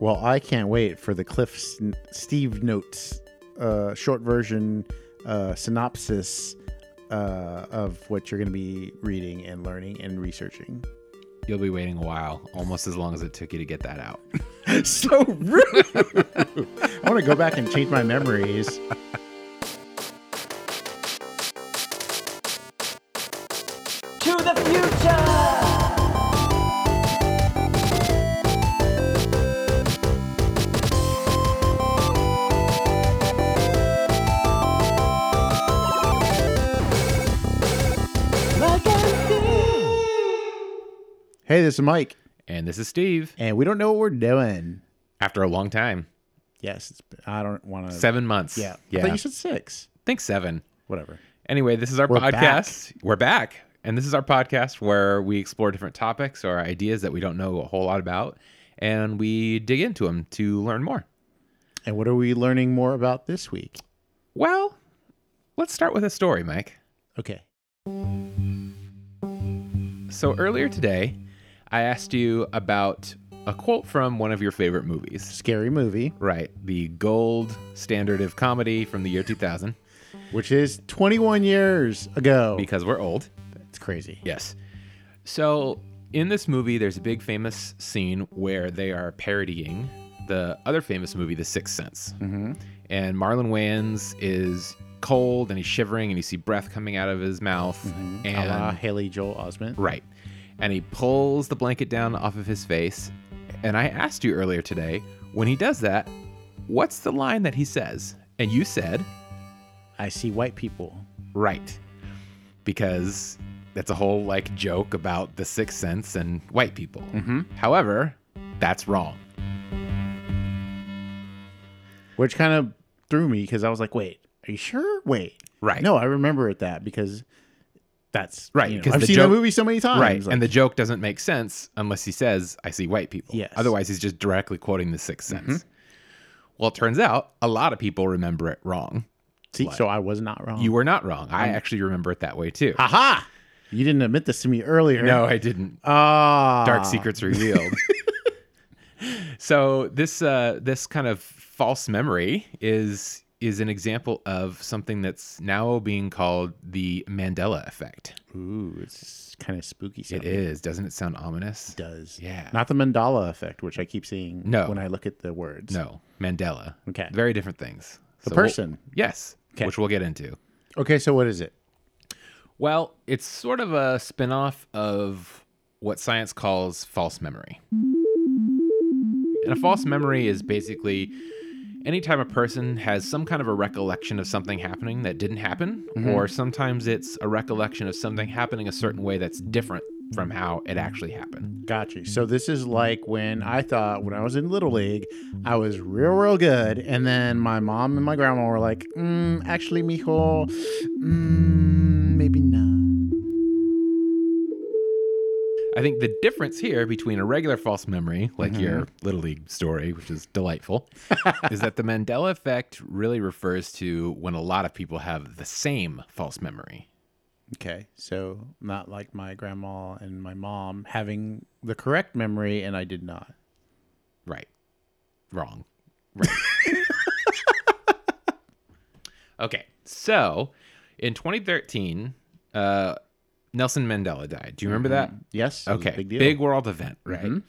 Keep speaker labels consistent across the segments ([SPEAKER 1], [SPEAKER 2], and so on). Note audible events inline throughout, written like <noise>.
[SPEAKER 1] Well, I can't wait for the Cliff S- Steve Notes uh, short version uh, synopsis uh, of what you're going to be reading and learning and researching. <laughs>
[SPEAKER 2] You'll be waiting a while, almost as long as it took you to get that out.
[SPEAKER 1] so rude. I want to go back and change my memories.
[SPEAKER 3] to the future. Look and see.
[SPEAKER 1] Hey, this is Mike,
[SPEAKER 2] And this is Steve.
[SPEAKER 1] and we don't know what we're doing.
[SPEAKER 2] After a long time,
[SPEAKER 1] Yes, it's, I don't want to.
[SPEAKER 2] seven months.
[SPEAKER 1] Yeah. I
[SPEAKER 2] yeah.
[SPEAKER 1] thought
[SPEAKER 2] I
[SPEAKER 1] you said six.
[SPEAKER 2] think seven.
[SPEAKER 1] Whatever.
[SPEAKER 2] Anyway, this is our
[SPEAKER 1] We're
[SPEAKER 2] podcast. We're back. And this is our podcast where we explore different topics or ideas that we don't know a whole lot about. And we dig into them to learn more.
[SPEAKER 1] And what are we learning more about this week?
[SPEAKER 2] Well, let's start with a story, Mike.
[SPEAKER 1] Okay.
[SPEAKER 2] So earlier today, I asked you about a quote from one of your favorite movies.
[SPEAKER 1] Scary movie,
[SPEAKER 2] Right, the gold standard of comedy from the year 2000
[SPEAKER 1] which is 21 years ago.
[SPEAKER 2] because we're old.
[SPEAKER 1] It's crazy.
[SPEAKER 2] Yes. So in this movie, there's a big famous scene where they are parodying the other famous movie, The Sixth Sense. Mm-hmm. And Marlon Wayans is cold and he's shivering and you see breath coming out of his mouth.
[SPEAKER 1] A
[SPEAKER 2] And
[SPEAKER 1] la Haley Joel Osment.
[SPEAKER 2] Right. And he pulls the blanket down off of his face. And I asked you earlier today, when he does that, what's the line that he says? And you said,
[SPEAKER 1] I see white people.
[SPEAKER 2] right. Because that's a whole like joke about the sixth sense and white people.
[SPEAKER 1] Mm-hmm.
[SPEAKER 2] However, that's wrong.
[SPEAKER 1] which kind of threw me because I was like, "Wait, are you sure? Wait,
[SPEAKER 2] Right.
[SPEAKER 1] No, I remember it that because that's
[SPEAKER 2] Right,
[SPEAKER 1] you know,
[SPEAKER 2] 'cause
[SPEAKER 1] I've
[SPEAKER 2] the
[SPEAKER 1] seen
[SPEAKER 2] joke-
[SPEAKER 1] that movie so many times,
[SPEAKER 2] right.
[SPEAKER 1] Like,
[SPEAKER 2] and the joke doesn't make sense unless he says, I see white people.
[SPEAKER 1] Yes. Mm-hmm.
[SPEAKER 2] Otherwise, he's just directly quoting the sixth sense. Well, it turns out a lot of people remember it wrong.
[SPEAKER 1] see, so I was not wrong.
[SPEAKER 2] You were not wrong. I actually remember it that way too.
[SPEAKER 1] aha. You didn't admit this to me earlier.
[SPEAKER 2] No, I didn't.
[SPEAKER 1] Ah, <laughs>
[SPEAKER 2] Dark secrets revealed. so this uh, this kind of false memory is is an example of something that's now being called the Mandela effect.
[SPEAKER 1] Ooh, it's kind of spooky.
[SPEAKER 2] It
[SPEAKER 1] Sounding.
[SPEAKER 2] is. Doesn't it sound ominous?
[SPEAKER 1] does.
[SPEAKER 2] Yeah.
[SPEAKER 1] Not the mandala effect, which I keep seeing.
[SPEAKER 2] No.
[SPEAKER 1] When I look at the words.
[SPEAKER 2] No, Mandela.
[SPEAKER 1] Okay.
[SPEAKER 2] Very different things.
[SPEAKER 1] The
[SPEAKER 2] we'll-
[SPEAKER 1] person.
[SPEAKER 2] yes.
[SPEAKER 1] Okay.
[SPEAKER 2] Which we'll get into.
[SPEAKER 1] Okay, so what is it?
[SPEAKER 2] Well, it's sort of a spin-off of what science calls false memory. And a false memory is basically anytime a person has some kind of a recollection of something happening that didn't happen, or sometimes it's a recollection of something happening a certain way that's different from how it actually happened.
[SPEAKER 1] Got you. So this
[SPEAKER 2] Mm-hmm.
[SPEAKER 1] is like when I thought when I was in little league, I was real, real good, and then my mom and my grandma were like, mm, "Actually, mijo, mm, maybe not."
[SPEAKER 2] I think the difference here between a regular false memory, like your Little League story, which is delightful, is that the Mandela effect really refers to when a lot of people have the same false memory.
[SPEAKER 1] Okay, so not like my grandma and my mom having the correct memory, and I did not.
[SPEAKER 2] Right. Wrong. Right. okay. So in 2013, uh, Nelson Mandela died. Do you remember that?
[SPEAKER 1] Yes. it was a
[SPEAKER 2] Okay.
[SPEAKER 1] Big deal. Mm-hmm.
[SPEAKER 2] world event, right?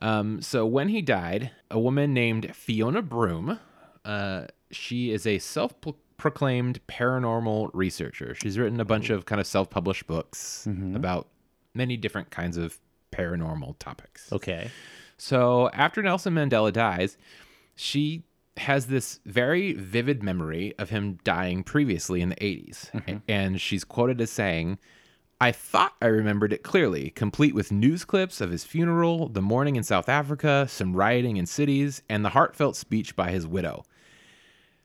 [SPEAKER 2] Um, so when he died, a woman named Fiona Broom, uh, she is a self proclaimed paranormal researcher. She's written a bunch of kind of self published books
[SPEAKER 1] Mm-hmm.
[SPEAKER 2] about many different kinds of paranormal topics.
[SPEAKER 1] Okay.
[SPEAKER 2] So after Nelson Mandela dies, she has this very vivid memory of him dying previously in the 80s. And she's quoted as saying, I thought I remembered it clearly, complete with news clips of his funeral, the mourning in South Africa, some rioting in cities, and the heartfelt speech by his widow.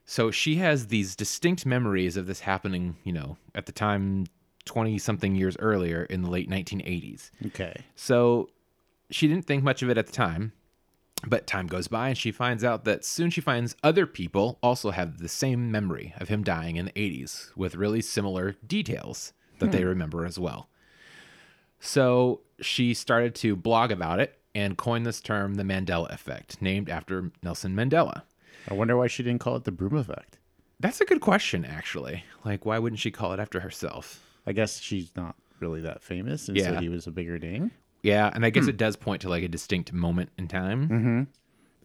[SPEAKER 2] So she has these distinct memories of this happening, you know, at the time 20 something years earlier in the late 1980s.
[SPEAKER 1] Okay.
[SPEAKER 2] So she didn't think much of it at the time, but time goes by and she finds out that soon she finds other people also have the same memory of him dying in the 80s with really similar details that they remember as well. So she started to blog about it and coined this term the Mandela effect, named after Nelson Mandela.
[SPEAKER 1] I wonder why she didn't call it the broom effect.
[SPEAKER 2] That's a good question, actually. Like, why wouldn't she call it after herself?
[SPEAKER 1] I guess she's not really that famous, and so
[SPEAKER 2] Yeah.
[SPEAKER 1] he was a bigger name.
[SPEAKER 2] Yeah, and I guess it does point to like a distinct moment in time. Mm-hmm.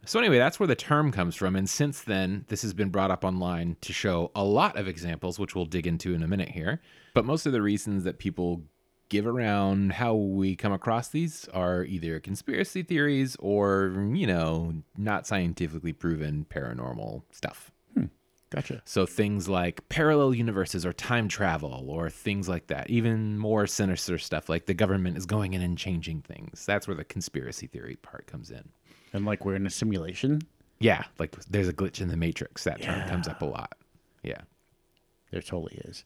[SPEAKER 2] So anyway, that's where the term comes from, and since then, this has been brought up online to show a lot of examples, which we'll dig into in a minute here. But most of the reasons that people give around how we come across these are either conspiracy theories or you know not scientifically proven paranormal stuff.
[SPEAKER 1] Gotcha.
[SPEAKER 2] So things like parallel universes or time travel or things like that. Even more sinister stuff like the government is going in and changing things. That's where the conspiracy theory part comes in.
[SPEAKER 1] And like we're in a simulation.
[SPEAKER 2] Yeah, like there's a glitch in the matrix. That term comes up a lot. Yeah.
[SPEAKER 1] There totally is.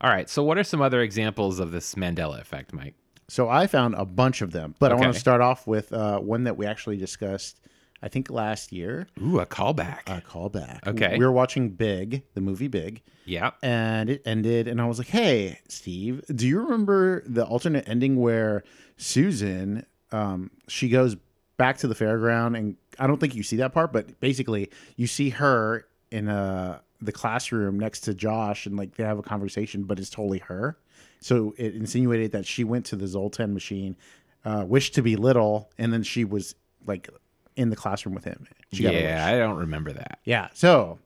[SPEAKER 2] All right. So what are some other examples of this Mandela effect, Mike?
[SPEAKER 1] So I found a bunch of them, but I want
[SPEAKER 2] Okay.
[SPEAKER 1] to start off with uh, one that we actually discussed, I think last year.
[SPEAKER 2] Ooh, a callback.
[SPEAKER 1] A callback.
[SPEAKER 2] Okay.
[SPEAKER 1] We were watching Big, the movie Big,
[SPEAKER 2] yeah.
[SPEAKER 1] and it ended, and I was like, "Hey, Steve, do you remember the alternate ending where Susan, um, she goes back to the fairground, and I don't think you see that part, but basically, you see her in uh the classroom next to Josh, and like they have a conversation, but it's totally her. So it insinuated that she went to the Zoltan machine, uh, wished to be little, and then she was like in the classroom with him. She got a wish.
[SPEAKER 2] Yeah, I don't remember that.
[SPEAKER 1] Yeah. So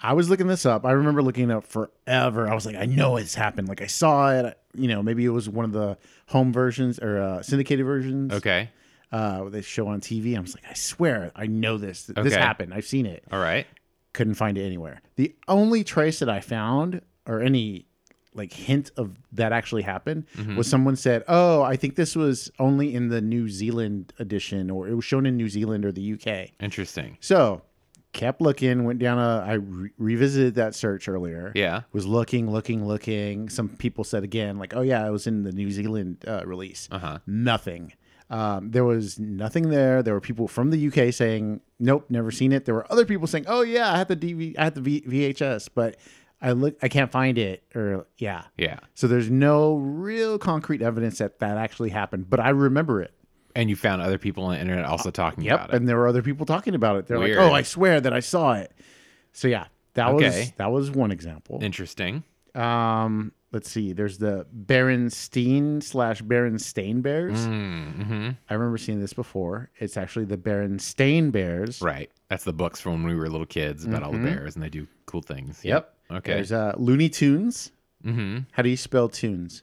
[SPEAKER 1] I was looking this up. I remember looking it up forever. I was like, I know it's happened. Like I saw it. You know, maybe it was one of the home versions or uh, syndicated versions.
[SPEAKER 2] Okay.
[SPEAKER 1] Uh, they show on TV. I was like, I swear, I know this. Th- This
[SPEAKER 2] Okay.
[SPEAKER 1] happened. I've seen it.
[SPEAKER 2] All right.
[SPEAKER 1] Couldn't find it anywhere. The only trace that I found or any like hint of that actually happened
[SPEAKER 2] Mm-hmm.
[SPEAKER 1] was someone said, "Oh, I think this was only in the New Zealand edition, or it was shown in New Zealand or the UK."
[SPEAKER 2] Interesting.
[SPEAKER 1] So, kept looking, went down a. I re- revisited that search earlier.
[SPEAKER 2] Yeah.
[SPEAKER 1] Was looking, looking, looking. Some people said again, like, oh, yeah, I was in the New Zealand uh, release.
[SPEAKER 2] Uh-huh.
[SPEAKER 1] Nothing. Um, there was nothing there. There were people from the UK saying, nope, never seen it. There were other people saying, oh, yeah, I had the DV, I had the v- VHS, but I look, I can't find it. Or, yeah.
[SPEAKER 2] Yeah.
[SPEAKER 1] So, there's no real concrete evidence that that actually happened, but I remember it.
[SPEAKER 2] And you found other people on the internet also talking about
[SPEAKER 1] Uh, Yep,
[SPEAKER 2] it.
[SPEAKER 1] and there were other people talking about it. They're
[SPEAKER 2] Weird.
[SPEAKER 1] like, "Oh, I swear that I saw it." So yeah, that was
[SPEAKER 2] Okay.
[SPEAKER 1] that was one example.
[SPEAKER 2] Interesting.
[SPEAKER 1] Um, let's see. There's the Berenstein slash Berenstain Bears.
[SPEAKER 2] Mm-hmm.
[SPEAKER 1] I remember seeing this before. It's actually the Berenstain Bears.
[SPEAKER 2] Right. That's the books from when we were little kids about all the
[SPEAKER 1] Mhm.
[SPEAKER 2] bears and they do cool things.
[SPEAKER 1] Yep.
[SPEAKER 2] Okay.
[SPEAKER 1] There's uh, Looney Tunes.
[SPEAKER 2] Mm-hmm.
[SPEAKER 1] How do you spell tunes?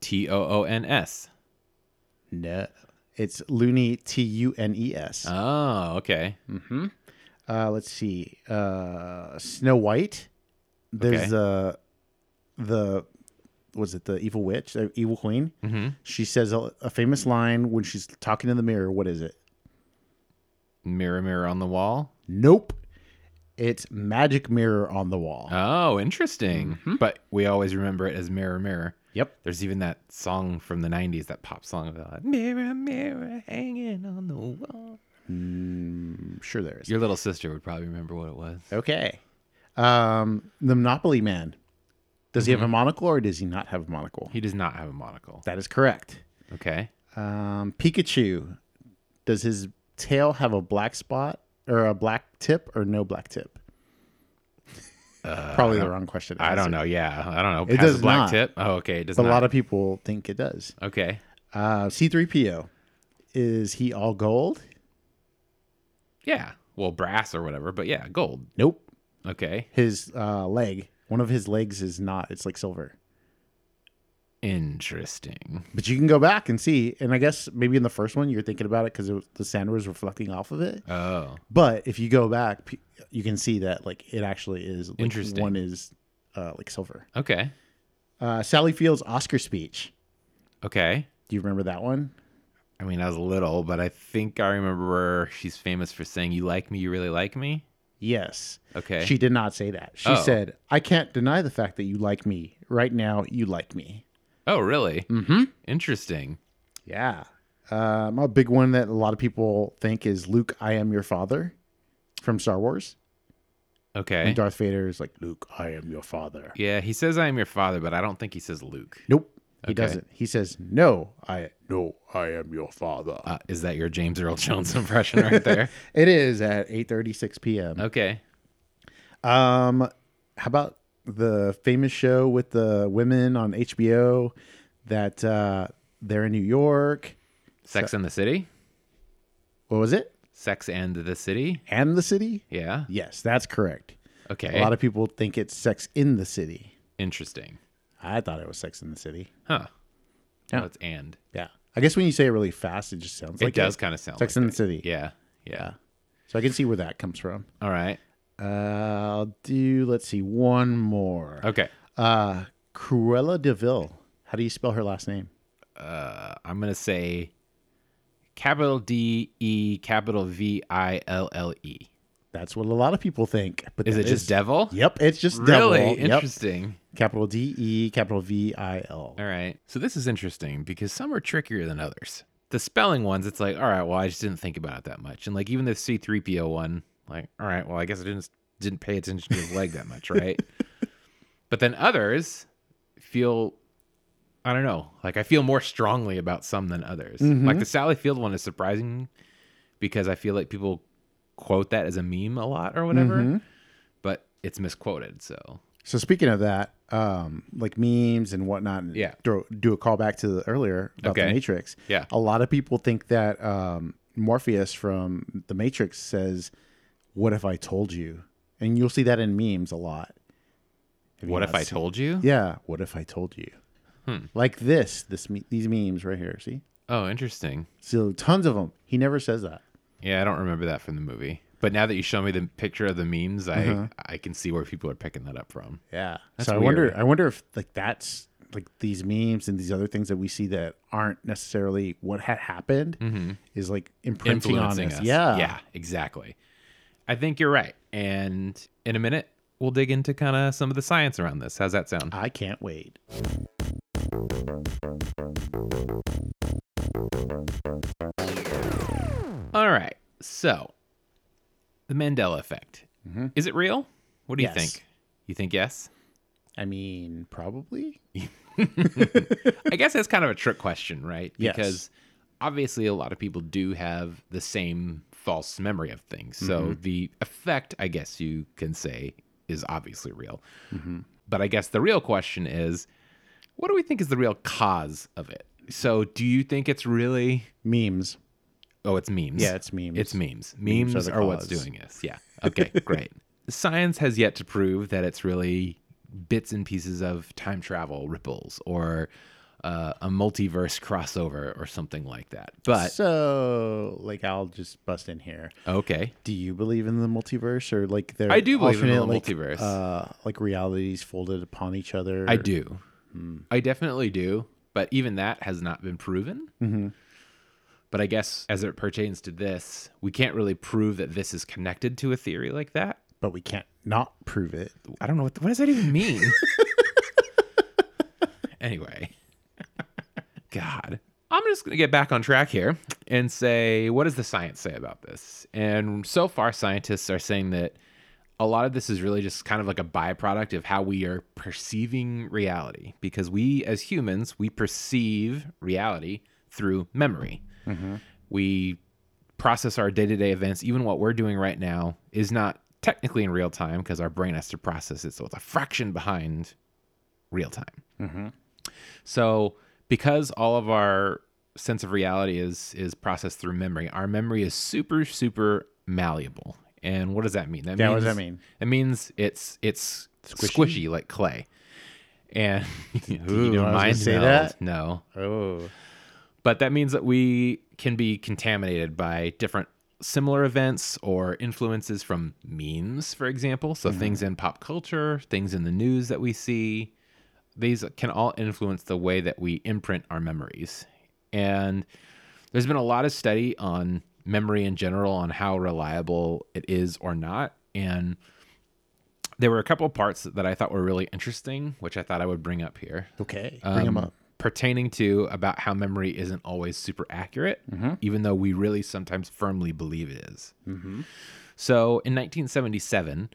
[SPEAKER 2] T O O N S.
[SPEAKER 1] No, it's Looney T U N E S.
[SPEAKER 2] Oh, okay.
[SPEAKER 1] Uh, let's see. Uh, Snow White. There's
[SPEAKER 2] Okay.
[SPEAKER 1] the the was it the evil witch, the evil queen?
[SPEAKER 2] Mhm.
[SPEAKER 1] She says a, a famous line when she's talking to the mirror. What is it?
[SPEAKER 2] Mirror, mirror on the wall.
[SPEAKER 1] Nope. It's magic mirror on the wall.
[SPEAKER 2] Oh, interesting.
[SPEAKER 1] Mm-hmm.
[SPEAKER 2] But we always remember it as mirror, mirror.
[SPEAKER 1] yep.
[SPEAKER 2] There's even that song from the 90s, that pop song about mirror, mirror hanging on the wall.
[SPEAKER 1] I'm sure there is.
[SPEAKER 2] Your little sister would probably remember what it was.
[SPEAKER 1] Okay. Um, the Monopoly Man. Does he have a monocle or does he not have a monocle?
[SPEAKER 2] He does not have a monocle.
[SPEAKER 1] That is correct.
[SPEAKER 2] Okay.
[SPEAKER 1] Um, Pikachu, does his tail have a black spot or a black tip or no black tip? Probably the wrong question. to
[SPEAKER 2] Uh, I don't
[SPEAKER 1] answer.
[SPEAKER 2] know. Yeah. I don't know.
[SPEAKER 1] It
[SPEAKER 2] Has
[SPEAKER 1] does
[SPEAKER 2] a black
[SPEAKER 1] not.
[SPEAKER 2] tip. Oh, okay. It does
[SPEAKER 1] But a
[SPEAKER 2] not.
[SPEAKER 1] lot of people think it does.
[SPEAKER 2] okay.
[SPEAKER 1] Uh, C3PO, is he all gold?
[SPEAKER 2] Yeah. Well, brass or whatever, but yeah, gold.
[SPEAKER 1] Nope.
[SPEAKER 2] Okay.
[SPEAKER 1] His uh, leg, one of his legs is not. It's like silver.
[SPEAKER 2] Interesting.
[SPEAKER 1] But you can go back and see. And I guess maybe in the first one, you're thinking about it because the sand was reflecting off of it.
[SPEAKER 2] Oh.
[SPEAKER 1] But if you go back, p- you can see that like it actually is. Like,
[SPEAKER 2] Interesting.
[SPEAKER 1] One is uh, like silver.
[SPEAKER 2] Okay.
[SPEAKER 1] Uh, Sally Field's Oscar speech.
[SPEAKER 2] Okay.
[SPEAKER 1] Do you remember that one?
[SPEAKER 2] I mean, I was little, but I think I remember she's famous for saying, You like me, you really like me.
[SPEAKER 1] Yes.
[SPEAKER 2] Okay.
[SPEAKER 1] She did not say that. She
[SPEAKER 2] Oh.
[SPEAKER 1] said, I can't deny the fact that you like me. Right now, you like me.
[SPEAKER 2] oh, really? Mm
[SPEAKER 1] Mm-hmm.
[SPEAKER 2] hmm. Interesting.
[SPEAKER 1] Yeah. Um, a big one that a lot of people think is Luke, I am your father from Star Wars.
[SPEAKER 2] Okay.
[SPEAKER 1] And Darth Vader is like, Luke, I am your father.
[SPEAKER 2] yeah, he says I am your father, but I don't think he says Luke.
[SPEAKER 1] Nope. He
[SPEAKER 2] Okay.
[SPEAKER 1] doesn't. He says, No, I no, I am your father.
[SPEAKER 2] Uh, is that your James Earl Jones <laughs> impression right there?
[SPEAKER 1] It is at 8:36 p.m. <laughs>
[SPEAKER 2] Okay.
[SPEAKER 1] Um, how about the famous show with the women on HBO that uh, they're in New York?
[SPEAKER 2] Sex and the City?
[SPEAKER 1] What was it?
[SPEAKER 2] Sex and the City?
[SPEAKER 1] And the City?
[SPEAKER 2] Yeah.
[SPEAKER 1] Yes, that's correct.
[SPEAKER 2] Okay.
[SPEAKER 1] A lot of people think it's Sex in the City.
[SPEAKER 2] Interesting.
[SPEAKER 1] I thought it was Sex in the City.
[SPEAKER 2] Huh.
[SPEAKER 1] Yeah.
[SPEAKER 2] No, it's and.
[SPEAKER 1] Yeah, I guess when you say it really fast, it just sounds
[SPEAKER 2] It
[SPEAKER 1] like
[SPEAKER 2] does kind of sound
[SPEAKER 1] Sex
[SPEAKER 2] like
[SPEAKER 1] in
[SPEAKER 2] that.
[SPEAKER 1] the City.
[SPEAKER 2] Yeah. Yeah.
[SPEAKER 1] So I can see where that comes from.
[SPEAKER 2] All right.
[SPEAKER 1] Uh, I'll do. Let's see, one more.
[SPEAKER 2] Okay.
[SPEAKER 1] Uh, Cruella Deville. How do you spell her last name?
[SPEAKER 2] Uh, I'm going to say capital D E capital V I L L E.
[SPEAKER 1] That's what a lot of people think. But
[SPEAKER 2] Is
[SPEAKER 1] that
[SPEAKER 2] it just devil?
[SPEAKER 1] Yep, it's just devil.
[SPEAKER 2] Really
[SPEAKER 1] Yep.
[SPEAKER 2] interesting.
[SPEAKER 1] Capital D E, capital V I L.
[SPEAKER 2] All right. So this is interesting because some are trickier than others. The spelling ones, it's like, all right, well, I just didn't think about it that much. And like even the C3PO one, like, all right, well, I guess I didn't didn't pay attention to his leg that
[SPEAKER 1] <laughs>
[SPEAKER 2] much, right? but then others feel I don't know. Like I feel more strongly about some than others.
[SPEAKER 1] Mm-hmm.
[SPEAKER 2] Like the Sally Field one is surprising because I feel like people quote that as a meme a lot or whatever.
[SPEAKER 1] Mm-hmm.
[SPEAKER 2] But it's misquoted, so
[SPEAKER 1] So speaking of that, um, like memes and whatnot, and
[SPEAKER 2] Yeah.
[SPEAKER 1] throw, do a callback to the earlier about the
[SPEAKER 2] Okay.
[SPEAKER 1] Matrix.
[SPEAKER 2] Yeah.
[SPEAKER 1] a lot of people think that um, Morpheus from the Matrix says, "What if I told you?" And you'll see that in memes a lot. Have you
[SPEAKER 2] what if
[SPEAKER 1] not
[SPEAKER 2] I Hmm.
[SPEAKER 1] seen-
[SPEAKER 2] told you?
[SPEAKER 1] Yeah, what if I told you? Like this, this me- these memes right here. See,
[SPEAKER 2] Oh, interesting.
[SPEAKER 1] so tons of them. He never says that.
[SPEAKER 2] Yeah, I don't remember that from the movie. But now that you show me the picture of the memes, I
[SPEAKER 1] Uh-huh.
[SPEAKER 2] I can see where people are picking that up from.
[SPEAKER 1] Yeah.
[SPEAKER 2] That's
[SPEAKER 1] so I wonder
[SPEAKER 2] weird.
[SPEAKER 1] I wonder if like that's like these memes and these other things that we see that aren't necessarily what had happened is like imprinting on
[SPEAKER 2] Mm-hmm. Influencing
[SPEAKER 1] us.
[SPEAKER 2] us.
[SPEAKER 1] Yeah.
[SPEAKER 2] Yeah, exactly. I think you're right. And in a minute, we'll dig into kind of some of the science around this. How's that sound?
[SPEAKER 1] I can't wait.
[SPEAKER 2] All right. So, the Mandela effect. Is it real? What do
[SPEAKER 1] Mm-hmm. Yes.
[SPEAKER 2] you think? You think yes?
[SPEAKER 1] I mean, probably.
[SPEAKER 2] I guess that's kind of a trick question, right?
[SPEAKER 1] Yes.
[SPEAKER 2] Because obviously a lot of people do have the same false memory of things. So
[SPEAKER 1] Mm-hmm.
[SPEAKER 2] the effect, I guess you can say, is obviously real.
[SPEAKER 1] Mm-hmm.
[SPEAKER 2] But I guess the real question is what do we think is the real cause of it? So do you think it's really.
[SPEAKER 1] Memes.
[SPEAKER 2] Oh, it's memes.
[SPEAKER 1] Yeah, it's memes.
[SPEAKER 2] It's memes.
[SPEAKER 1] Memes
[SPEAKER 2] Memes,
[SPEAKER 1] are the
[SPEAKER 2] are, what's
[SPEAKER 1] cause.
[SPEAKER 2] doing this. <laughs> Yeah. Okay, great. Science has yet to prove that it's really bits and pieces of time travel ripples or uh, a multiverse crossover or something like that. But
[SPEAKER 1] so like I'll just bust in here.
[SPEAKER 2] okay.
[SPEAKER 1] Do you believe in the multiverse or like there
[SPEAKER 2] I do believe in the
[SPEAKER 1] alternate, like,
[SPEAKER 2] multiverse.
[SPEAKER 1] Uh like realities folded upon each other?
[SPEAKER 2] I do. I definitely do. But even that has not been proven. But I guess as it pertains to this, we can't really prove that this is connected to a theory like that.
[SPEAKER 1] But we can't not prove it.
[SPEAKER 2] I don't know what, what does that even mean. anyway, God, I'm just gonna get back on track here and say, what does the science say about this? And so far, scientists are saying that a lot of this is really just kind of like a byproduct of how we are perceiving reality, because we as humans we perceive reality through memory. We process our day-to-day events even what we're doing right now is not technically in real time because our brain has to process it so it's a fraction behind real time
[SPEAKER 1] Mm-hmm.
[SPEAKER 2] so because all of our sense of reality is is processed through memory our memory is super super malleable and what does that mean that
[SPEAKER 1] Yeah, what does that mean?
[SPEAKER 2] it means it's it's squishy, like clay and <laughs>
[SPEAKER 1] you know I was gonna say that?
[SPEAKER 2] no
[SPEAKER 1] Oh.
[SPEAKER 2] but that means that we can be contaminated by different similar events or influences from memes, for example. So things in pop culture, things in the news that we see, these can all influence the way that we imprint our memories. And there's been a lot of study on memory in general on how reliable it is or not. And there were a couple parts that I thought were really interesting, which I thought I would bring up here
[SPEAKER 1] Okay. Bring them
[SPEAKER 2] um,
[SPEAKER 1] up.
[SPEAKER 2] pertaining to about how memory isn't always super accurate,
[SPEAKER 1] Mm-hmm.
[SPEAKER 2] even though we
[SPEAKER 1] Mm-hmm.
[SPEAKER 2] really sometimes firmly believe it is. So in 1977,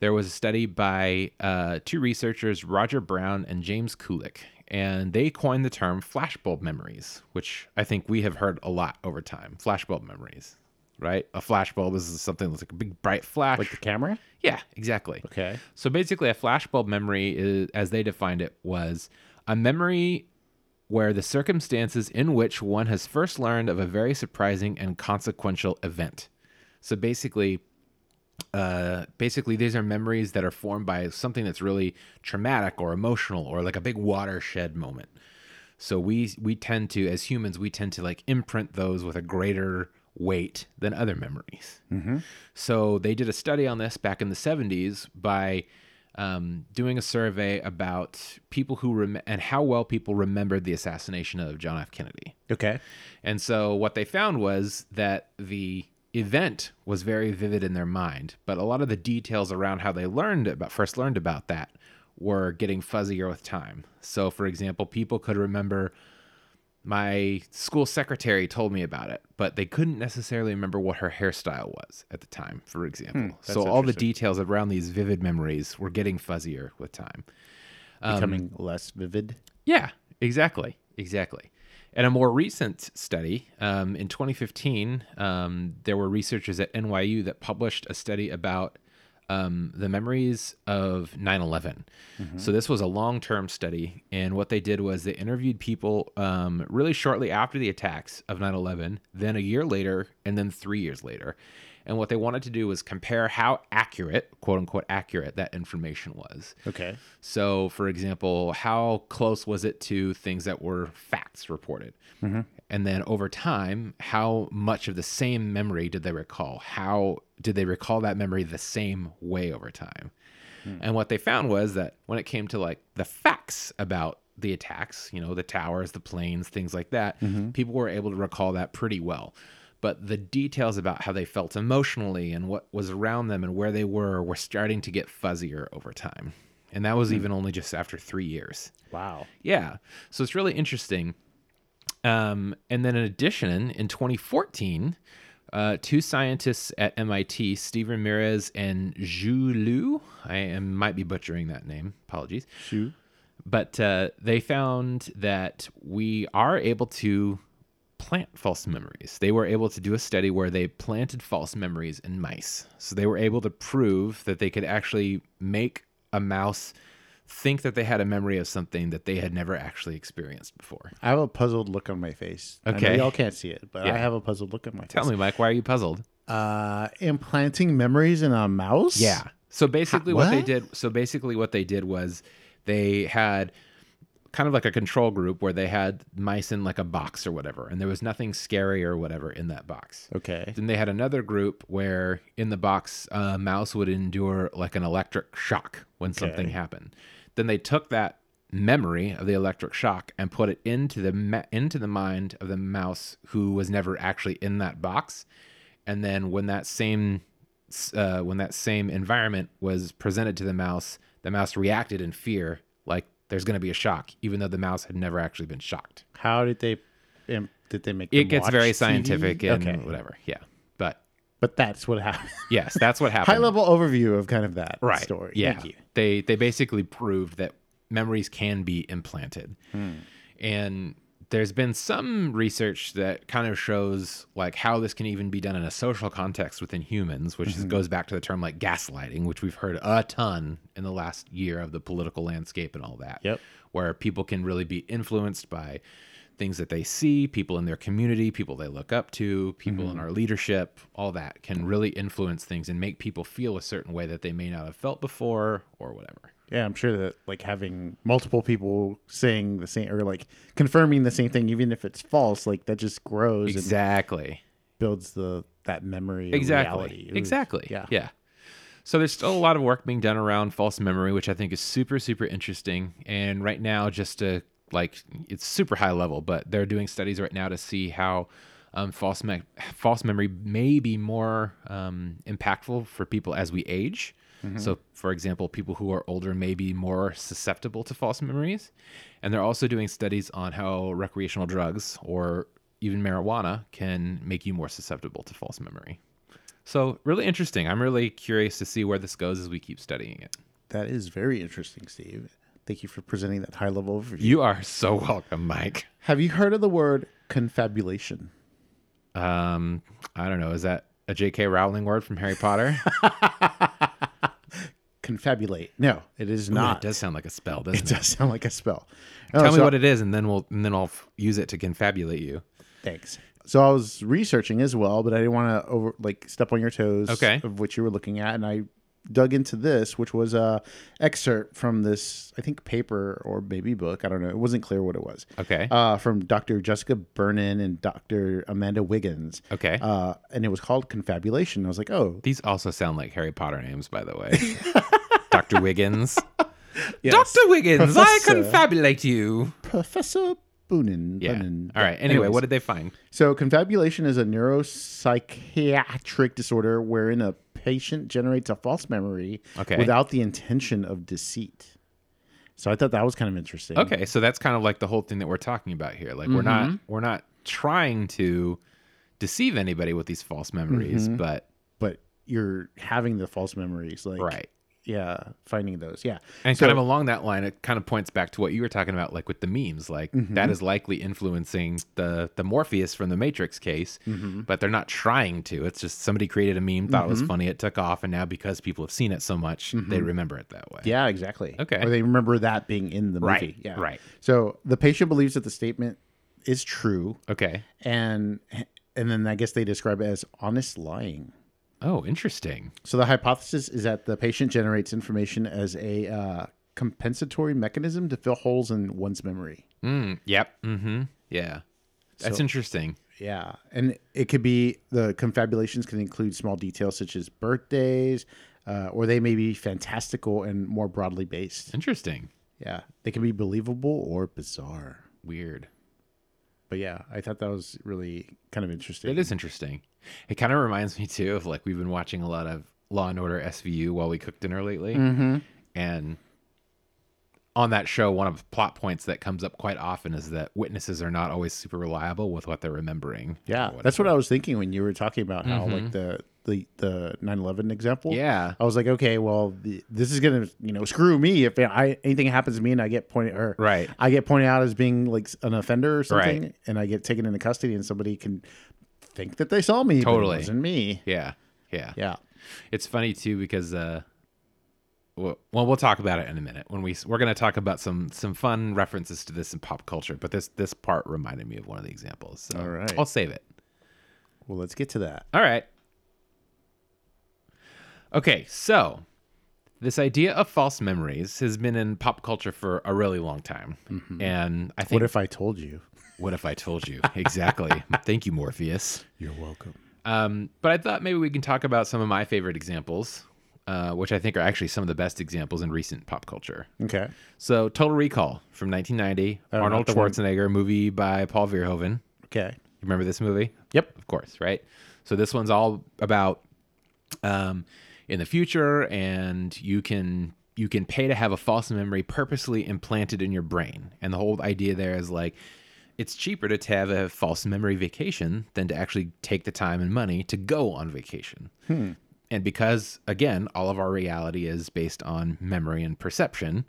[SPEAKER 2] There was a study by uh, two researchers, Roger Brown and James Kulik, and they coined the term flashbulb memories, which I think we have heard a lot over time. Flashbulb memories, right? A flashbulb is something that's like a big bright flash.
[SPEAKER 1] Like the camera?
[SPEAKER 2] yeah, exactly.
[SPEAKER 1] Okay.
[SPEAKER 2] So basically, a flashbulb memory, is, as they defined it, was a memory where the circumstances in which one has first learned of a very surprising and consequential event. So basically, uh, basically, these are memories that are formed by something that's really traumatic or emotional or like a big watershed moment. So we we tend to, as humans, we tend to like imprint those with a greater weight than other memories. So they did a study on this back in the 70s by um, doing a survey about people who rem- and how well people remembered the assassination of John F. Kennedy.
[SPEAKER 1] Okay.
[SPEAKER 2] And so what they found was that the event was very vivid in their mind, but a lot of the details around how they learned about first learned about that were getting fuzzier with time. So for example, people could remember my school secretary told me about it, but they couldn't necessarily remember what her hairstyle was at the time, for example. so all the details around these vivid memories were getting fuzzier with time. Um,
[SPEAKER 1] Becoming less vivid.
[SPEAKER 2] Yeah, exactly, exactly. And a more recent study um, in 2015, um, there were researchers at NYU that published a study about um, the memories of 9 11. So, this was a long term study. And what they did was they interviewed people um, really shortly after the attacks of 9 11, then a year later, and then three years later. And what they wanted to do was compare how accurate, quote unquote, accurate that information was.
[SPEAKER 1] Okay.
[SPEAKER 2] So, for example, how close was it to things that were facts reported? And then over time, how much of the same memory did they recall? How did they recall that memory the same way over time? And what they found was that when it came to like the facts about the attacks, you know, the towers, the planes, things like that, people were able to recall that pretty well. But the details about how they felt emotionally and what was around them and where they were were starting to get fuzzier over time. And that was even only just after three years.
[SPEAKER 1] Wow.
[SPEAKER 2] Yeah. So it's really interesting. Um, and then, in addition, in 2014, uh, two scientists at MIT, Steve Ramirez and Zhu Lu, I am, might be butchering that name, apologies,
[SPEAKER 1] Shoot.
[SPEAKER 2] but uh, they found that we are able to plant false memories. They were able to do a study where they planted false memories in mice. So they were able to prove that they could actually make a mouse think that they had a memory of something that they had never actually experienced before.
[SPEAKER 1] I have a puzzled look on my face. I know
[SPEAKER 2] Okay.
[SPEAKER 1] y'all can't see it, but
[SPEAKER 2] Yeah.
[SPEAKER 1] I have a puzzled look on my
[SPEAKER 2] Tell
[SPEAKER 1] face.
[SPEAKER 2] me, Mike, why are you puzzled?
[SPEAKER 1] Uh, implanting memories in a mouse?
[SPEAKER 2] Yeah. So basically, what? they
[SPEAKER 1] what?
[SPEAKER 2] did. So basically, what they did was they had kind of like a control group where they had mice in like a box or whatever, and there was nothing scary or whatever in that box.
[SPEAKER 1] Okay.
[SPEAKER 2] Then they had another group where in the box, a mouse would endure like an electric shock when something
[SPEAKER 1] Okay.
[SPEAKER 2] happened. Then they took that memory of the electric shock and put it into the ma- into the mind of the mouse who was never actually in that box. And then when that same s- uh, when that same environment was presented to the mouse, the mouse reacted in fear, like there's going to be a shock, even though the mouse had never actually been shocked
[SPEAKER 1] How did they imp- did they make
[SPEAKER 2] it
[SPEAKER 1] them
[SPEAKER 2] gets
[SPEAKER 1] watch
[SPEAKER 2] very
[SPEAKER 1] TV?
[SPEAKER 2] scientific and
[SPEAKER 1] okay.
[SPEAKER 2] whatever. Yeah. But
[SPEAKER 1] But that's what happened.
[SPEAKER 2] yes, that's what happened.
[SPEAKER 1] <laughs> High level overview of kind of that
[SPEAKER 2] right.
[SPEAKER 1] story.
[SPEAKER 2] Yeah.
[SPEAKER 1] Thank you.
[SPEAKER 2] They they basically proved that memories can be implanted. And there's been some research that kind of shows like how this can even be done in a social context within humans, which is, goes back to the term like gaslighting, which we've heard a ton in the last year of the political landscape and all that.
[SPEAKER 1] Yep.
[SPEAKER 2] Where people can really be influenced by things that they see, people in their community, people they look up to, people in our leadership, all that can really influence things and make people feel a certain way that they may not have felt before or whatever.
[SPEAKER 1] Yeah, I'm sure that like having multiple people saying the same or like confirming the same thing, even if it's false, like that just grows and
[SPEAKER 2] Exactly.
[SPEAKER 1] builds the that memory. of
[SPEAKER 2] Exactly.
[SPEAKER 1] reality. Ooh,
[SPEAKER 2] Exactly.
[SPEAKER 1] Yeah.
[SPEAKER 2] Yeah. So there's still a lot of work being done around false memory, which I think is super, super interesting. And right now, just to like, it's super high level, but they're doing studies right now to see how um, false me- false memory may be more um, impactful for people as we age.
[SPEAKER 1] Mm-hmm.
[SPEAKER 2] So, for example, people who are older may be more susceptible to false memories. And they're also doing studies on how recreational drugs or even marijuana can make you more susceptible to false memory. So, really interesting. I'm really curious to see where this goes as we keep studying it.
[SPEAKER 1] That is very interesting, Steve. Thank you for presenting that high level overview.
[SPEAKER 2] You are so welcome, Mike.
[SPEAKER 1] Have you heard of the word confabulation?
[SPEAKER 2] Um, I don't know. Is that a J.K. Rowling word from Harry <laughs> Potter?
[SPEAKER 1] Confabulate. No, it is
[SPEAKER 2] Ooh,
[SPEAKER 1] not.
[SPEAKER 2] That does sound like a spell, doesn't
[SPEAKER 1] <laughs> It
[SPEAKER 2] it?
[SPEAKER 1] does sound like a spell. Oh,
[SPEAKER 2] Tell me what it is, and then we'll and then I'll f- use it to confabulate you.
[SPEAKER 1] Thanks. So I was researching as well, but I didn't want to over like step on your toes
[SPEAKER 2] Okay.
[SPEAKER 1] of what you were looking at, and I dug into this, which was a excerpt from this I think paper or maybe book. I don't know. It wasn't clear what it was.
[SPEAKER 2] Okay.
[SPEAKER 1] Uh, from Dr. Jessica Bernin and Dr. Amanda Wiggins.
[SPEAKER 2] Okay.
[SPEAKER 1] Uh, and it was called Confabulation. I was like, oh,
[SPEAKER 2] These also sound like Harry Potter names, by the way. <laughs> Dr. <laughs> Wiggins.
[SPEAKER 1] yes.
[SPEAKER 2] Dr. Wiggins, I
[SPEAKER 1] Professor.
[SPEAKER 2] confabulate you.
[SPEAKER 1] Professor Boonin.
[SPEAKER 2] Yeah.
[SPEAKER 1] Boonin.
[SPEAKER 2] All right. Anyway,
[SPEAKER 1] Anyways.
[SPEAKER 2] what did they find?
[SPEAKER 1] So, confabulation is a neuropsychiatric disorder wherein a patient generates a false memory
[SPEAKER 2] Okay.
[SPEAKER 1] without the intention of deceit. So, I thought that was kind of interesting.
[SPEAKER 2] Okay, so that's kind of like the whole thing that we're talking about here. Like we're not we're not trying to deceive anybody with these false memories, but
[SPEAKER 1] But you're having the false memories. Like,
[SPEAKER 2] right.
[SPEAKER 1] Yeah. Finding those. Yeah.
[SPEAKER 2] And
[SPEAKER 1] So-
[SPEAKER 2] kind of along that line, it kind of points back to what you were talking about, like with the memes. Like
[SPEAKER 1] Mm-hmm.
[SPEAKER 2] that is likely influencing the the Morpheus from the Matrix case,
[SPEAKER 1] Mm-hmm.
[SPEAKER 2] but they're not trying to. It's just somebody created a meme, thought it was funny, it took off, and now because people have seen it so much, they remember it that way.
[SPEAKER 1] Mm-hmm. Yeah, exactly.
[SPEAKER 2] Okay.
[SPEAKER 1] Or they remember that being in the movie.
[SPEAKER 2] Right,
[SPEAKER 1] Yeah.
[SPEAKER 2] right.
[SPEAKER 1] So, the patient believes that the statement is true
[SPEAKER 2] Okay.
[SPEAKER 1] and and then I guess they describe it as honest lying.
[SPEAKER 2] Oh, interesting.
[SPEAKER 1] So the hypothesis is that the patient generates information as a uh, compensatory mechanism to fill holes in one's memory.
[SPEAKER 2] Mm, yep. Mm-hmm. Yeah. That's interesting.
[SPEAKER 1] Yeah, and it could be the confabulations can include small details such as birthdays, uh, or they may be fantastical and more broadly based.
[SPEAKER 2] Interesting.
[SPEAKER 1] Yeah, they can be believable or bizarre.
[SPEAKER 2] Weird.
[SPEAKER 1] But yeah, I thought that was really kind of interesting.
[SPEAKER 2] It is interesting. It kind of reminds me too of like we've been watching a lot of Law and Order SVU while we cook dinner lately,
[SPEAKER 1] Mm-hmm.
[SPEAKER 2] and on that show, one of the plot points that comes up quite often is that witnesses are not always super reliable with what they're remembering.
[SPEAKER 1] Yeah,
[SPEAKER 2] Or Mm-hmm.
[SPEAKER 1] that's what I was thinking when you were talking about how like the the the 9/11 example.
[SPEAKER 2] Yeah.
[SPEAKER 1] I was like, okay, well, the, this is gonna you know screw me if I anything happens to me and I get pointed or
[SPEAKER 2] Right.
[SPEAKER 1] I get pointed out as being like an offender or something, and I get taken into custody, and somebody can think that they saw me, but it
[SPEAKER 2] Totally.
[SPEAKER 1] wasn't me.
[SPEAKER 2] Yeah. Yeah.
[SPEAKER 1] Yeah,
[SPEAKER 2] It's funny too because uh well, well, we'll talk about it in a minute when we s- we're going to talk about some some fun references to this in pop culture, but this this part reminded me of one of the examples. So
[SPEAKER 1] All right.
[SPEAKER 2] I'll save it.
[SPEAKER 1] well, let's get to that.
[SPEAKER 2] All right. Okay, so this idea of false memories has been in pop culture for a really long time. And I think
[SPEAKER 1] What if I told you?
[SPEAKER 2] what if I told you? <laughs> Exactly. Thank you, Morpheus.
[SPEAKER 1] You're welcome.
[SPEAKER 2] Um, but I thought maybe we can talk about some of my favorite examples, uh, which I think are actually some of the best examples in recent pop culture.
[SPEAKER 1] Okay.
[SPEAKER 2] So, Total Recall from 1990,
[SPEAKER 1] not
[SPEAKER 2] Arnold
[SPEAKER 1] the one-
[SPEAKER 2] Schwarzenegger movie by Paul Verhoeven.
[SPEAKER 1] Okay.
[SPEAKER 2] You remember this movie?
[SPEAKER 1] Yep.
[SPEAKER 2] Of course, right? So this one's all about um, in the future, and you can you can pay to have a false memory purposely implanted in your brain. And the whole idea there is like it's cheaper to have a false memory vacation than to actually take the time and money to go on vacation. And because again, all of our reality is based on memory and perception,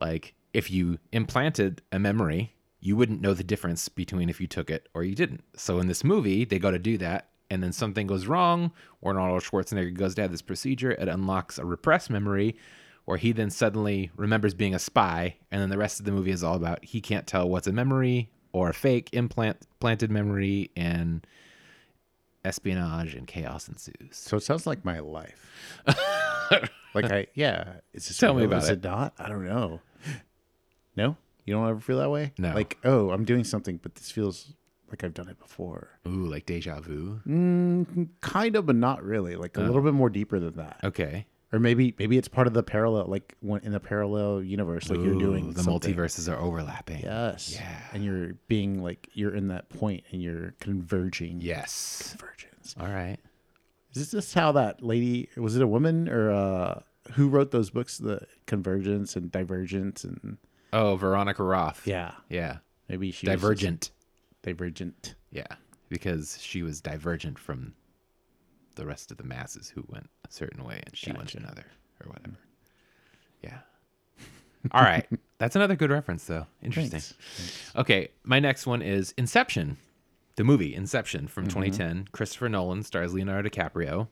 [SPEAKER 2] like if you implanted a memory you wouldn't know the difference between if you took it or you didn't so in this movie they go to do that and then something goes wrong or arnold schwarzenegger goes to have this procedure it unlocks a repressed memory or he then suddenly remembers being a spy and then the rest of the movie is all about he can't tell what's a memory or a fake implant planted memory and espionage and chaos ensues
[SPEAKER 1] So it sounds like my life.
[SPEAKER 2] <laughs>
[SPEAKER 1] like I, yeah. Is this
[SPEAKER 2] Tell me
[SPEAKER 1] real?
[SPEAKER 2] about
[SPEAKER 1] is
[SPEAKER 2] it.
[SPEAKER 1] it not? I don't know. No, you don't ever feel that way.
[SPEAKER 2] No.
[SPEAKER 1] Like, oh, I'm doing something, but this feels like I've done it before.
[SPEAKER 2] ooh like deja vu
[SPEAKER 1] Mm, kind of, but not really. Like
[SPEAKER 2] Uh.
[SPEAKER 1] a little bit more deeper than that.
[SPEAKER 2] okay
[SPEAKER 1] Or maybe, maybe it's part of the parallel, like when in the parallel universe, like you're
[SPEAKER 2] Ooh,
[SPEAKER 1] doing
[SPEAKER 2] the
[SPEAKER 1] something.
[SPEAKER 2] multiverses are overlapping
[SPEAKER 1] Yes.
[SPEAKER 2] Yeah.
[SPEAKER 1] And you're being like you're in that point, and you're converging.
[SPEAKER 2] Yes.
[SPEAKER 1] Convergence.
[SPEAKER 2] All right.
[SPEAKER 1] Is this just how that lady was it a woman or uh who wrote those books the convergence and divergence and
[SPEAKER 2] Oh, Veronica Roth.
[SPEAKER 1] yeah
[SPEAKER 2] Yeah.
[SPEAKER 1] maybe she was just
[SPEAKER 2] Divergent.
[SPEAKER 1] divergent
[SPEAKER 2] Yeah. Because she was divergent from the rest of the masses who went a certain way and she went another or whatever. Yeah. <laughs> All right. That's another good reference, though. Interesting.
[SPEAKER 1] Thanks.
[SPEAKER 2] Okay. My next one is Inception, the movie Inception from
[SPEAKER 1] Mm-hmm.
[SPEAKER 2] 2010. Christopher Nolan stars Leonardo DiCaprio.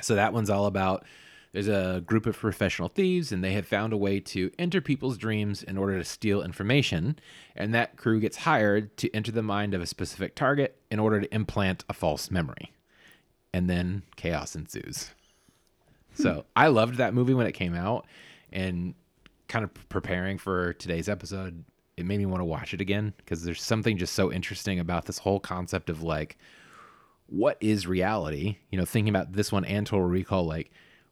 [SPEAKER 2] So that one's all about there's a group of professional thieves, and they have found a way to enter people's dreams in order to steal information. And that crew gets hired to enter the mind of a specific target in order to implant a false memory. And then chaos ensues. So I loved that movie when it came out, and kind of preparing for today's episode, it made me want to watch it again because there's something just so interesting about this whole concept of like, what is reality? You know, thinking about this one and Total Recall, like,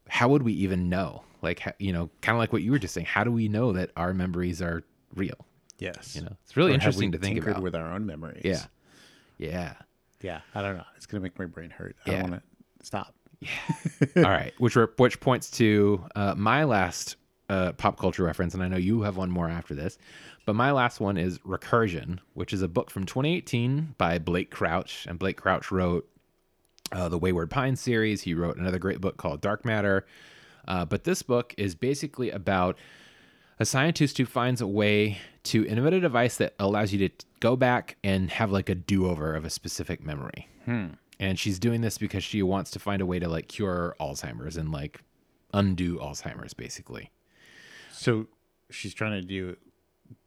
[SPEAKER 2] how would we even know? Like, ha- you know, kind of like what you were just saying. How do we know that our memories are real?
[SPEAKER 1] Yes.
[SPEAKER 2] You know, it's really
[SPEAKER 1] Or have
[SPEAKER 2] interesting
[SPEAKER 1] we
[SPEAKER 2] to think
[SPEAKER 1] tinkered
[SPEAKER 2] about.
[SPEAKER 1] with our own memories.
[SPEAKER 2] Yeah, yeah.
[SPEAKER 1] Yeah. I don't know. It's gonna make my brain hurt. I
[SPEAKER 2] Yeah.
[SPEAKER 1] don't want to stop.
[SPEAKER 2] All right, which re- which points to uh, my last uh, pop culture reference, and I know you have one more after this, but my last one is Recursion, which is a book from 2018 by Blake Crouch, and Blake Crouch wrote uh, the Wayward Pine series. He wrote another great book called Dark Matter, uh, but this book is basically about a scientist who finds a way to invent a device that allows you to t- go back and have like a do-over of a specific memory. And she's doing this because she wants to find a way to like cure Alzheimer's and like undo Alzheimer's basically.
[SPEAKER 1] So she's trying to do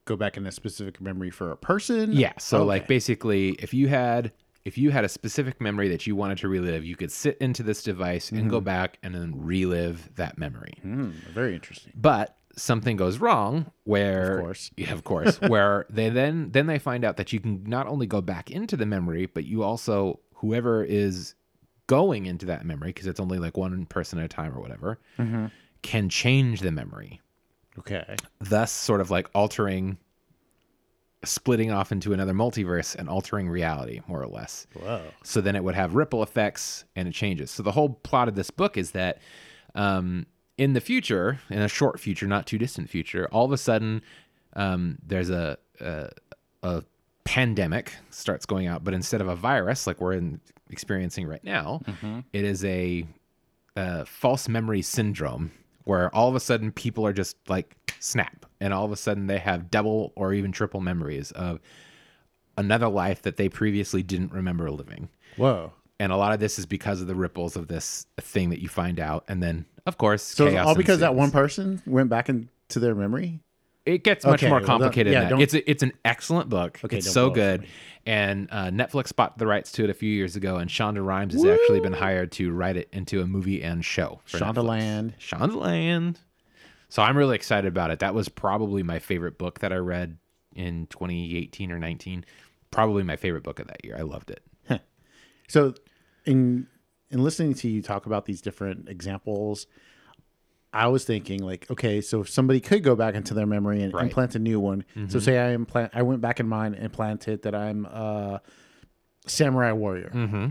[SPEAKER 1] go back in a specific memory for a person.
[SPEAKER 2] Yeah. So
[SPEAKER 1] Hmm.
[SPEAKER 2] like
[SPEAKER 1] Okay.
[SPEAKER 2] basically if you had if you had a specific memory that you wanted to relive, you could sit into this device and go back and then relive that memory.
[SPEAKER 1] Hmm, very interesting.
[SPEAKER 2] but something goes wrong where
[SPEAKER 1] Of course.
[SPEAKER 2] <laughs> yeah, of course where they then then they find out that you can not only go back into the memory but you also whoever is going into that memory because it's only like one person at a time or whatever
[SPEAKER 1] Mm-hmm.
[SPEAKER 2] can change the memory
[SPEAKER 1] Okay.
[SPEAKER 2] thus sort of like altering splitting off into another multiverse and altering reality more or less
[SPEAKER 1] Whoa.
[SPEAKER 2] so then it would have ripple effects and it changes. So the whole plot of this book is that um, in the future, in a short future, not too distant future, all of a sudden um, there's a, a a pandemic starts going out, but instead of a virus like we're in, experiencing right now, it is a, uh false memory syndrome where all of a sudden people are just like snap, and all of a sudden they have double or even triple memories of another life that they previously didn't remember living.
[SPEAKER 1] Whoa.
[SPEAKER 2] And a lot of this is because of the ripples of this thing that you find out. And then, of course,
[SPEAKER 1] So it's
[SPEAKER 2] chaos
[SPEAKER 1] all because that
[SPEAKER 2] ensues.
[SPEAKER 1] one person went back into their memory.
[SPEAKER 2] It gets much
[SPEAKER 1] Okay,
[SPEAKER 2] more
[SPEAKER 1] well, don't-
[SPEAKER 2] complicated
[SPEAKER 1] yeah,
[SPEAKER 2] than
[SPEAKER 1] don't-
[SPEAKER 2] that. It's, a, it's an excellent book.
[SPEAKER 1] Okay,
[SPEAKER 2] it's
[SPEAKER 1] don't
[SPEAKER 2] so
[SPEAKER 1] blow it for
[SPEAKER 2] good. And uh, Netflix bought the rights to it a few years ago. And Shonda Rhimes has actually been hired to write it into a movie and show. for Netflix.
[SPEAKER 1] Shondaland.
[SPEAKER 2] Shondaland. So I'm really excited about it. That was probably my favorite book that I read in 2018 or 19. Probably my favorite book of that year. I loved it.
[SPEAKER 1] So, in in listening to you talk about these different examples, I was thinking like, okay, so if somebody could go back into their memory and
[SPEAKER 2] Right. Mm-hmm.
[SPEAKER 1] implant a new one. So say I implant, I went back in mine and implanted that I'm a samurai warrior,
[SPEAKER 2] Mm-hmm.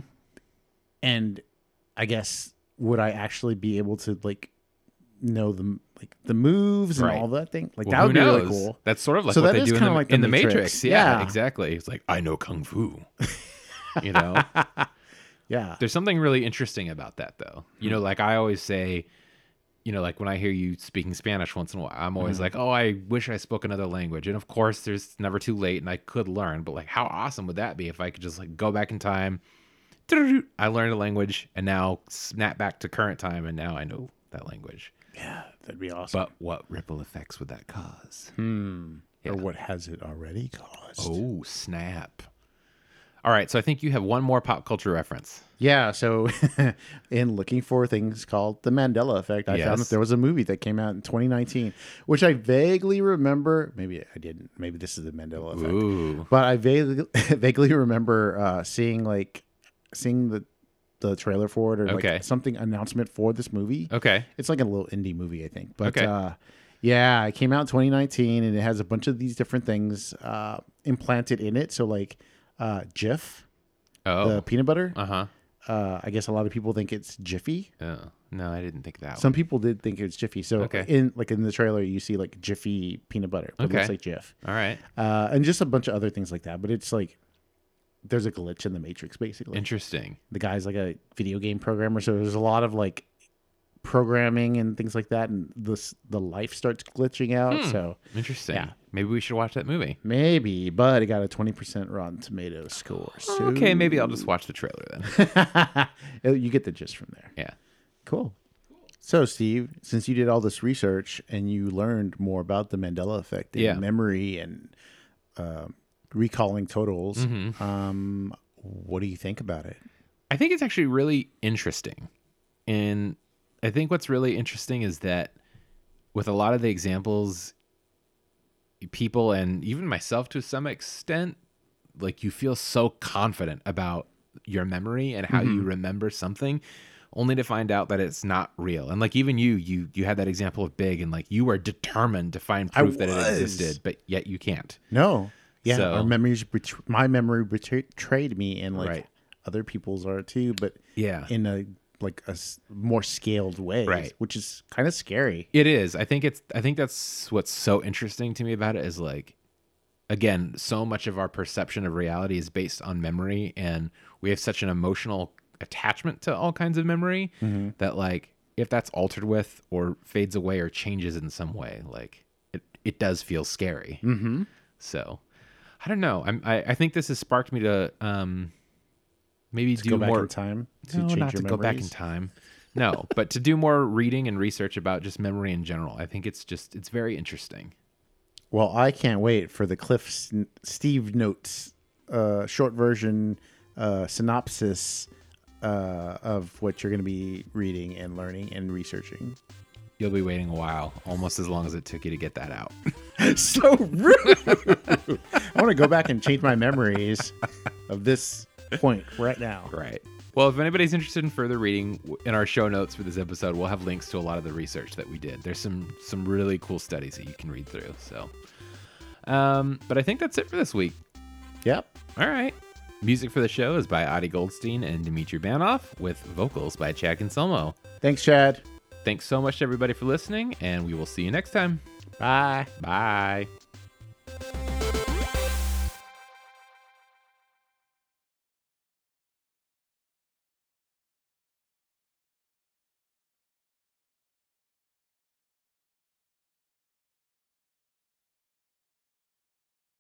[SPEAKER 1] and I guess would I actually be able to like know the like the moves and
[SPEAKER 2] Right.
[SPEAKER 1] all that thing? Like
[SPEAKER 2] Well,
[SPEAKER 1] that
[SPEAKER 2] who
[SPEAKER 1] would be really
[SPEAKER 2] knows?
[SPEAKER 1] cool.
[SPEAKER 2] That's sort of like
[SPEAKER 1] So
[SPEAKER 2] what
[SPEAKER 1] that
[SPEAKER 2] they
[SPEAKER 1] is
[SPEAKER 2] do in the,
[SPEAKER 1] kinda like the
[SPEAKER 2] in the Matrix.
[SPEAKER 1] Matrix.
[SPEAKER 2] Yeah,
[SPEAKER 1] Yeah.
[SPEAKER 2] exactly. It's like I know
[SPEAKER 1] <laughs>
[SPEAKER 2] kung fu. you know,
[SPEAKER 1] Yeah.
[SPEAKER 2] there's something really interesting about that, though. You
[SPEAKER 1] Hmm.
[SPEAKER 2] know, like I always say, you know, like when I hear you speaking Spanish once in a while, I'm
[SPEAKER 1] Hmm.
[SPEAKER 2] always like, oh, I wish I spoke another language. And of course, there's never too late, and I could learn. But like, how awesome would that be if I could just like go back in time? <laughs> I learned a language, and now snap back to current time, and now I know that language.
[SPEAKER 1] Yeah, that'd be awesome.
[SPEAKER 2] But what ripple effects would that cause?
[SPEAKER 1] Or what has it already caused?
[SPEAKER 2] Oh, snap. All right, so I think you have one more pop culture reference.
[SPEAKER 1] Yeah, so <laughs> in looking for things called the Mandela effect, I found
[SPEAKER 2] Yes.
[SPEAKER 1] that there was a movie that came out in 2019, which I vaguely remember. Maybe I didn't. Maybe this is the Mandela effect.
[SPEAKER 2] Ooh.
[SPEAKER 1] But I vaguely, <laughs> vaguely remember uh, seeing like seeing the the trailer for it or
[SPEAKER 2] Okay.
[SPEAKER 1] like something announcement for this movie.
[SPEAKER 2] Okay.
[SPEAKER 1] It's like a little indie movie, I think. But
[SPEAKER 2] Okay.
[SPEAKER 1] uh, yeah, it came out in 2019 and it has a bunch of these different things uh, implanted in it. So like uh, Jif, the
[SPEAKER 2] Oh.
[SPEAKER 1] peanut butter
[SPEAKER 2] Uh huh.
[SPEAKER 1] uh, I guess a lot of people think it's Jiffy.
[SPEAKER 2] Oh. No, I didn't think that.
[SPEAKER 1] Some people did think it was Jiffy. So
[SPEAKER 2] Oh. Okay.
[SPEAKER 1] in like in the trailer, you see like Jiffy peanut butter. But It
[SPEAKER 2] Okay.
[SPEAKER 1] looks like Jif,
[SPEAKER 2] one. All right.
[SPEAKER 1] uh, and just a bunch of other things like that. But it's like there's a glitch in the matrix basically.
[SPEAKER 2] Interesting.
[SPEAKER 1] the guy's like a video game programmer, so there's a lot of like programming and things like that, and this the life starts glitching out.
[SPEAKER 2] Hmm.
[SPEAKER 1] So
[SPEAKER 2] Interesting.
[SPEAKER 1] Yeah.
[SPEAKER 2] Maybe we should watch that movie.
[SPEAKER 1] maybe, but it got a twenty percent Rotten Tomato score. So
[SPEAKER 2] Okay, maybe I'll just watch the trailer
[SPEAKER 1] <laughs>
[SPEAKER 2] then.
[SPEAKER 1] you get the gist from there.
[SPEAKER 2] yeah.
[SPEAKER 1] Cool. So, Steve, since you did all this research and you learned more about the Mandela effect and
[SPEAKER 2] Yeah.
[SPEAKER 1] memory and uh, recalling totals,
[SPEAKER 2] Mm-hmm.
[SPEAKER 1] um, what do you think about it?
[SPEAKER 2] I think it's actually really interesting. And I think what's really interesting is that with a lot of the examples, people and even myself to some extent, like you feel so confident about your memory and how
[SPEAKER 1] Mm-hmm.
[SPEAKER 2] you remember something only to find out that it's not real. And like even you, you you had that example of Big and like you were determined to find
[SPEAKER 1] I
[SPEAKER 2] proof that it
[SPEAKER 1] was.
[SPEAKER 2] existed, but yet you can't.
[SPEAKER 1] No. Yeah,
[SPEAKER 2] So-
[SPEAKER 1] our memories, betr my memory betr- betrayed me, and like
[SPEAKER 2] Right.
[SPEAKER 1] other people's are too, but
[SPEAKER 2] Yeah.
[SPEAKER 1] in a like a s- more scaled way,
[SPEAKER 2] Right.
[SPEAKER 1] Which is kind of scary.
[SPEAKER 2] It is. I think it's I think that's what's so interesting to me about it is like again, so much of our perception of reality is based on memory and we have such an emotional attachment to all kinds of memory
[SPEAKER 1] Mm-hmm.
[SPEAKER 2] that like if that's altered with or fades away or changes in some way, like it it does feel scary.
[SPEAKER 1] Mm-hmm.
[SPEAKER 2] So, I don't know. I'm, I I think this has sparked me to um maybe do
[SPEAKER 1] Go back
[SPEAKER 2] more
[SPEAKER 1] in time to
[SPEAKER 2] no,
[SPEAKER 1] change
[SPEAKER 2] not
[SPEAKER 1] your
[SPEAKER 2] to go back in
[SPEAKER 1] memories.
[SPEAKER 2] time. No, but to do more reading and research about just memory in general. I think it's just it's very interesting.
[SPEAKER 1] Well, I can't wait for the Cliff S- Steve Notes uh, short version uh, synopsis uh, of what you're going to be reading and learning and researching.
[SPEAKER 2] You'll be waiting a while, almost as long as it took you to get that out.
[SPEAKER 1] <laughs> so rude. <laughs> I want to go back and change my memories of this point right now.
[SPEAKER 2] Right. Well, if anybody's interested in further reading w- in our show notes for this episode, we'll have links to a lot of the research that we did. There's some some really cool studies that you can read through. So, um, but I think that's it for this week.
[SPEAKER 1] Yep.
[SPEAKER 2] All right. Music for the show is by Adi Goldstein and Dimitri Banoff, with vocals by Chad Conselmo.
[SPEAKER 1] Thanks, Chad.
[SPEAKER 2] Thanks so much to everybody for listening, and we will see you next time.
[SPEAKER 1] Bye.
[SPEAKER 2] Bye.